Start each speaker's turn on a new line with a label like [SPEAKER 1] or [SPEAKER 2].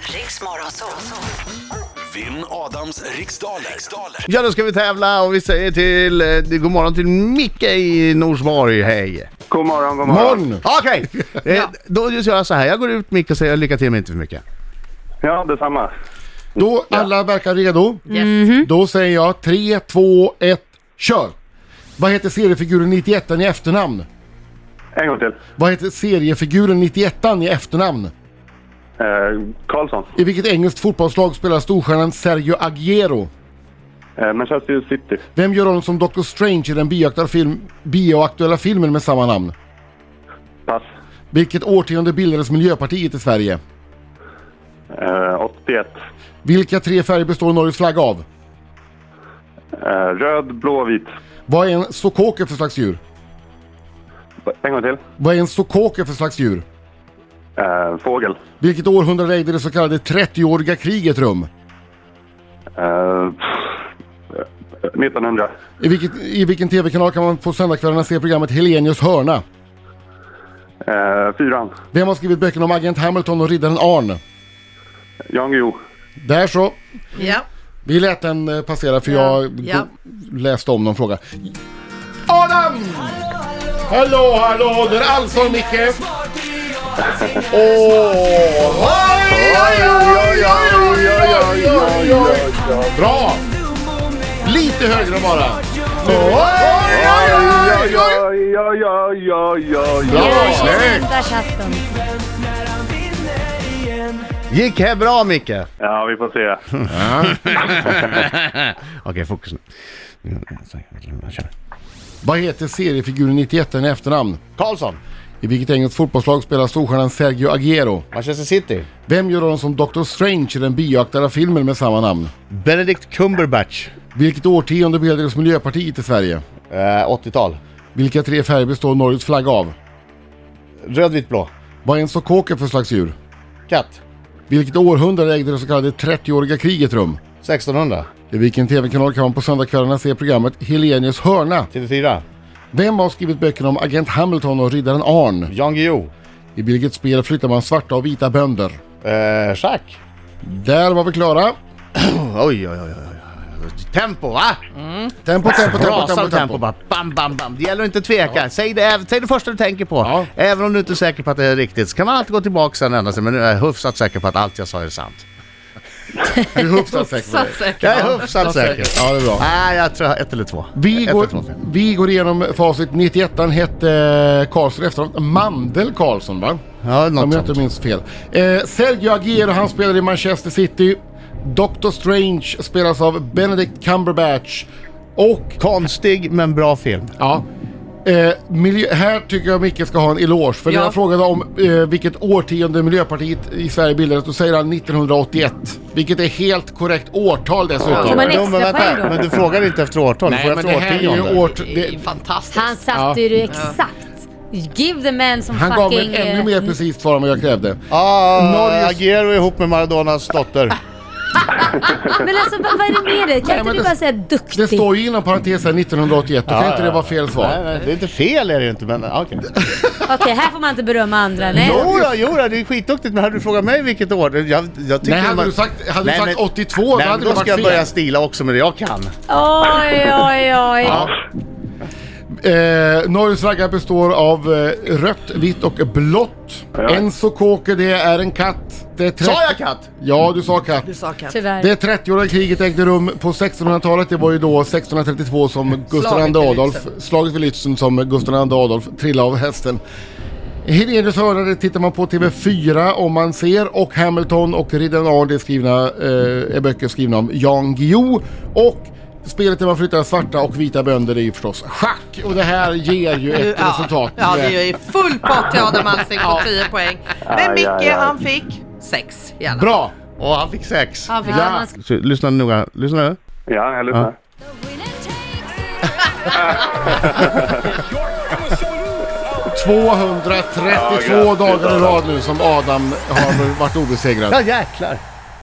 [SPEAKER 1] Riks Morgonzoo.
[SPEAKER 2] Vinn Adams riksdaler. riksdaler.
[SPEAKER 3] Ja, då ska vi tävla och vi säger till, eh, god morgon till Micke i Norsborg, hej!
[SPEAKER 4] God morgon, god morgon.
[SPEAKER 3] Okej! Eh, Då gör jag så här, jag går ut Micke och säger lycka till men inte för mycket.
[SPEAKER 4] Ja, detsamma.
[SPEAKER 5] Då alla verkar redo. Då säger jag 3, 2, 1, kör! Vad heter seriefiguren 91 i efternamn?
[SPEAKER 4] En gång till.
[SPEAKER 5] Vad heter seriefiguren 91 i efternamn?
[SPEAKER 4] Eh, Karlsson.
[SPEAKER 5] I vilket engelskt fotbollslag spelar storstjärnan Sergio Agüero?
[SPEAKER 4] Eh, Manchester City.
[SPEAKER 5] Vem gör honom som Dr. Strange i den bioaktuella, film, bioaktuella filmen med samma namn?
[SPEAKER 4] Pass.
[SPEAKER 5] Vilket årtionde bildades Miljöpartiet i Sverige?
[SPEAKER 4] Eh, 81.
[SPEAKER 5] Vilka tre färger består Norges flagga av?
[SPEAKER 4] Eh, röd, blå, vit.
[SPEAKER 5] Vad är en sokåke för slags djur?
[SPEAKER 4] En gång till.
[SPEAKER 5] Vad är en sokåke för slags djur?
[SPEAKER 4] Eh, fågel.
[SPEAKER 5] Vilket århundrade ägde det så kallade 30-åriga kriget rum?
[SPEAKER 4] Eh, pff, eh, 1900.
[SPEAKER 5] I, vilket, I vilken tv-kanal kan man på söndagskvällarna se programmet Helenius hörna?
[SPEAKER 4] Eh, fyran.
[SPEAKER 5] Vem har skrivit böckerna om Agent Hamilton och riddaren Arn?
[SPEAKER 4] Jan Guillou.
[SPEAKER 5] Där så.
[SPEAKER 6] Ja.
[SPEAKER 5] Vi lät den eh, passera för
[SPEAKER 6] Ja,
[SPEAKER 5] jag
[SPEAKER 6] ja.
[SPEAKER 5] go- läste om någon fråga. Adam! Hallå, hallå, det är Allsång Micke! Åh! Oj, oj, oj, oj, oj, oj, oj, oj. Bra! Lite högre bara. Oj, oj, oj, oj, oj.
[SPEAKER 4] ja, ja, ja, ja,
[SPEAKER 5] Bra, snyggt!
[SPEAKER 7] Där satt den.
[SPEAKER 3] Gick det bra Micke?
[SPEAKER 4] Ja, vi får se.
[SPEAKER 3] Okej, fokus nu. Jag kör.
[SPEAKER 5] Vad heter seriefiguren 91 i efternamn?
[SPEAKER 3] Karlsson,
[SPEAKER 5] I vilket engelskt fotbollslag spelar storstjärnan Sergio Agüero?
[SPEAKER 3] Manchester City.
[SPEAKER 5] Vem gör rollen som Dr. Strange i den bioaktuella filmen med samma namn?
[SPEAKER 3] Benedict Cumberbatch,
[SPEAKER 5] Vilket årtionde bildades Miljöpartiet i Sverige?
[SPEAKER 3] eh, 80-tal.
[SPEAKER 5] Vilka tre färger består Norges flagga av?
[SPEAKER 3] Röd, vit, blå.
[SPEAKER 5] Vad är en sokåke för slags djur?
[SPEAKER 3] Katt,
[SPEAKER 5] Vilket århundrade ägde det så kallade 30-åriga kriget rum?
[SPEAKER 3] 1600.
[SPEAKER 5] I vilken tv-kanal kan man på söndagskvällarna se programmet Helenius hörna?
[SPEAKER 3] TV4.
[SPEAKER 5] Vem har skrivit böckerna om Agent Hamilton och riddaren Arn?
[SPEAKER 3] Jan Guillou.
[SPEAKER 5] I vilket spel flyttar man svarta och vita bönder?
[SPEAKER 3] Eh, Schack.
[SPEAKER 5] Där var vi klara.
[SPEAKER 3] Oj, oj, oj, oj. oj. Tempo, va?
[SPEAKER 5] Tempo, tempo, tempo,
[SPEAKER 3] Rasar
[SPEAKER 5] tempo,
[SPEAKER 3] och tempo
[SPEAKER 5] tempo.
[SPEAKER 3] bara. Bam, bam, bam. Det gäller att inte tveka. Säg, det, äv- säg det första du tänker på.
[SPEAKER 5] Ja.
[SPEAKER 3] Även om du inte är säker på att det är riktigt. Så kan man alltid gå tillbaka sen och ändra sig. Men nu är jag hyfsat säker på att allt jag sa är sant.
[SPEAKER 5] Du är hyfsat säker på det.
[SPEAKER 6] Satt säkert.
[SPEAKER 3] Jag är hyfsat säker.
[SPEAKER 5] Ja, det är bra.
[SPEAKER 3] Nej, jag tror ett eller två.
[SPEAKER 5] Vi
[SPEAKER 3] ett
[SPEAKER 5] går,
[SPEAKER 3] eller två fel.
[SPEAKER 5] vi går igenom facit. 91 hette eh, Karlsson efteråt. Mandel Karlsson va?
[SPEAKER 3] Ja,
[SPEAKER 5] Om
[SPEAKER 3] något
[SPEAKER 5] jag inte
[SPEAKER 3] sånt.
[SPEAKER 5] minns fel. Eh, Sergio Agüero han spelade i Manchester City. Doctor Strange spelas av Benedict Cumberbatch. Och
[SPEAKER 3] Konstig men bra film.
[SPEAKER 5] ja, eh, miljö, här tycker jag Micke ska ha en eloge. För när
[SPEAKER 6] Ja.
[SPEAKER 5] jag frågade om eh, vilket årtionde Miljöpartiet i Sverige bildades, då säger han 1981. Vilket är helt korrekt årtal dessutom.
[SPEAKER 7] Får man
[SPEAKER 3] Jo, men,
[SPEAKER 7] extra poäng
[SPEAKER 3] vänta,
[SPEAKER 7] då?
[SPEAKER 3] men du frågar inte efter årtal, du
[SPEAKER 5] Nej,
[SPEAKER 3] får
[SPEAKER 5] men det
[SPEAKER 3] efter
[SPEAKER 5] här är ju
[SPEAKER 3] årtionde.
[SPEAKER 5] årt...
[SPEAKER 6] Det är
[SPEAKER 5] Det,
[SPEAKER 6] fantastiskt.
[SPEAKER 7] Han
[SPEAKER 5] Ja.
[SPEAKER 7] satte ju det exakt. Give the man som
[SPEAKER 5] han gav
[SPEAKER 7] fucking...
[SPEAKER 5] mig ett ännu
[SPEAKER 7] eh,
[SPEAKER 5] mer precis svar än vad jag krävde.
[SPEAKER 3] Ah,
[SPEAKER 5] Norges-
[SPEAKER 3] Agero ihop med Maradonas dotter.
[SPEAKER 7] Men alltså vad, vad är det med dig? Kan
[SPEAKER 5] Nej,
[SPEAKER 7] inte
[SPEAKER 5] men
[SPEAKER 7] du
[SPEAKER 5] det-
[SPEAKER 7] bara säga duktig?
[SPEAKER 5] Det står ju inom parentes här 1981, då kan inte det vara fel
[SPEAKER 3] Ah, Nej,
[SPEAKER 5] svar.
[SPEAKER 3] nej, det är inte fel är det ju inte, men ah, okej.
[SPEAKER 7] Okej, här får man inte berömma andra. Nej.
[SPEAKER 3] Jo, då, jo då, det är skitduktigt, men hade du frågat mig vilket år? Jag, jag tycker
[SPEAKER 5] Nej, hade
[SPEAKER 3] man-
[SPEAKER 5] du sagt- hade du
[SPEAKER 3] Nej,
[SPEAKER 5] sagt 82, då
[SPEAKER 3] nej,
[SPEAKER 5] hade
[SPEAKER 3] men
[SPEAKER 5] det
[SPEAKER 3] då
[SPEAKER 5] varit
[SPEAKER 3] ska jag
[SPEAKER 5] fel.
[SPEAKER 3] börja stila också med det jag kan.
[SPEAKER 7] Oj, oj, oj.
[SPEAKER 5] Eh, Norges flagga består av eh, rött, vitt och blått. En sokåke, det är en katt. Det är 30...
[SPEAKER 3] Sa jag katt?
[SPEAKER 5] Ja, du sa katt.
[SPEAKER 6] Du sa katt.
[SPEAKER 7] Tyvärr.
[SPEAKER 5] Det 30-åriga kriget ägde rum på 1600-talet. Det var ju då 1632 som Gustav
[SPEAKER 6] Slaget
[SPEAKER 5] II
[SPEAKER 6] vid
[SPEAKER 5] Adolf, slaget vid Lützen som Gustav II Adolf trillade av hästen. Hedenius hörare tittar man på TV4 om man ser och Hamilton och Riddaren Arn det är, skrivna, eh, är böcker skrivna om Jan Guillou och spelet där man flyttar svarta och vita bönder är ju förstås schack och det här ger ju ett
[SPEAKER 6] Ja.
[SPEAKER 5] resultat.
[SPEAKER 6] Ja, det är ju full pott till Adam Alsing på 10 poäng. Men
[SPEAKER 4] Aj,
[SPEAKER 6] Micke,
[SPEAKER 4] aj, aj.
[SPEAKER 6] han fick 6 i alla fall.
[SPEAKER 5] Bra!
[SPEAKER 3] Och han fick sex.
[SPEAKER 7] Ja,
[SPEAKER 5] Ja.
[SPEAKER 7] man ska...
[SPEAKER 3] Så, lyssna noga, lyssna nu.
[SPEAKER 4] Ja, jag lyssnar. Ja,
[SPEAKER 5] 232
[SPEAKER 4] grattis,
[SPEAKER 5] dagar i
[SPEAKER 4] Adam.
[SPEAKER 5] rad nu som Adam har varit obesegrad.
[SPEAKER 3] Ja jäklar.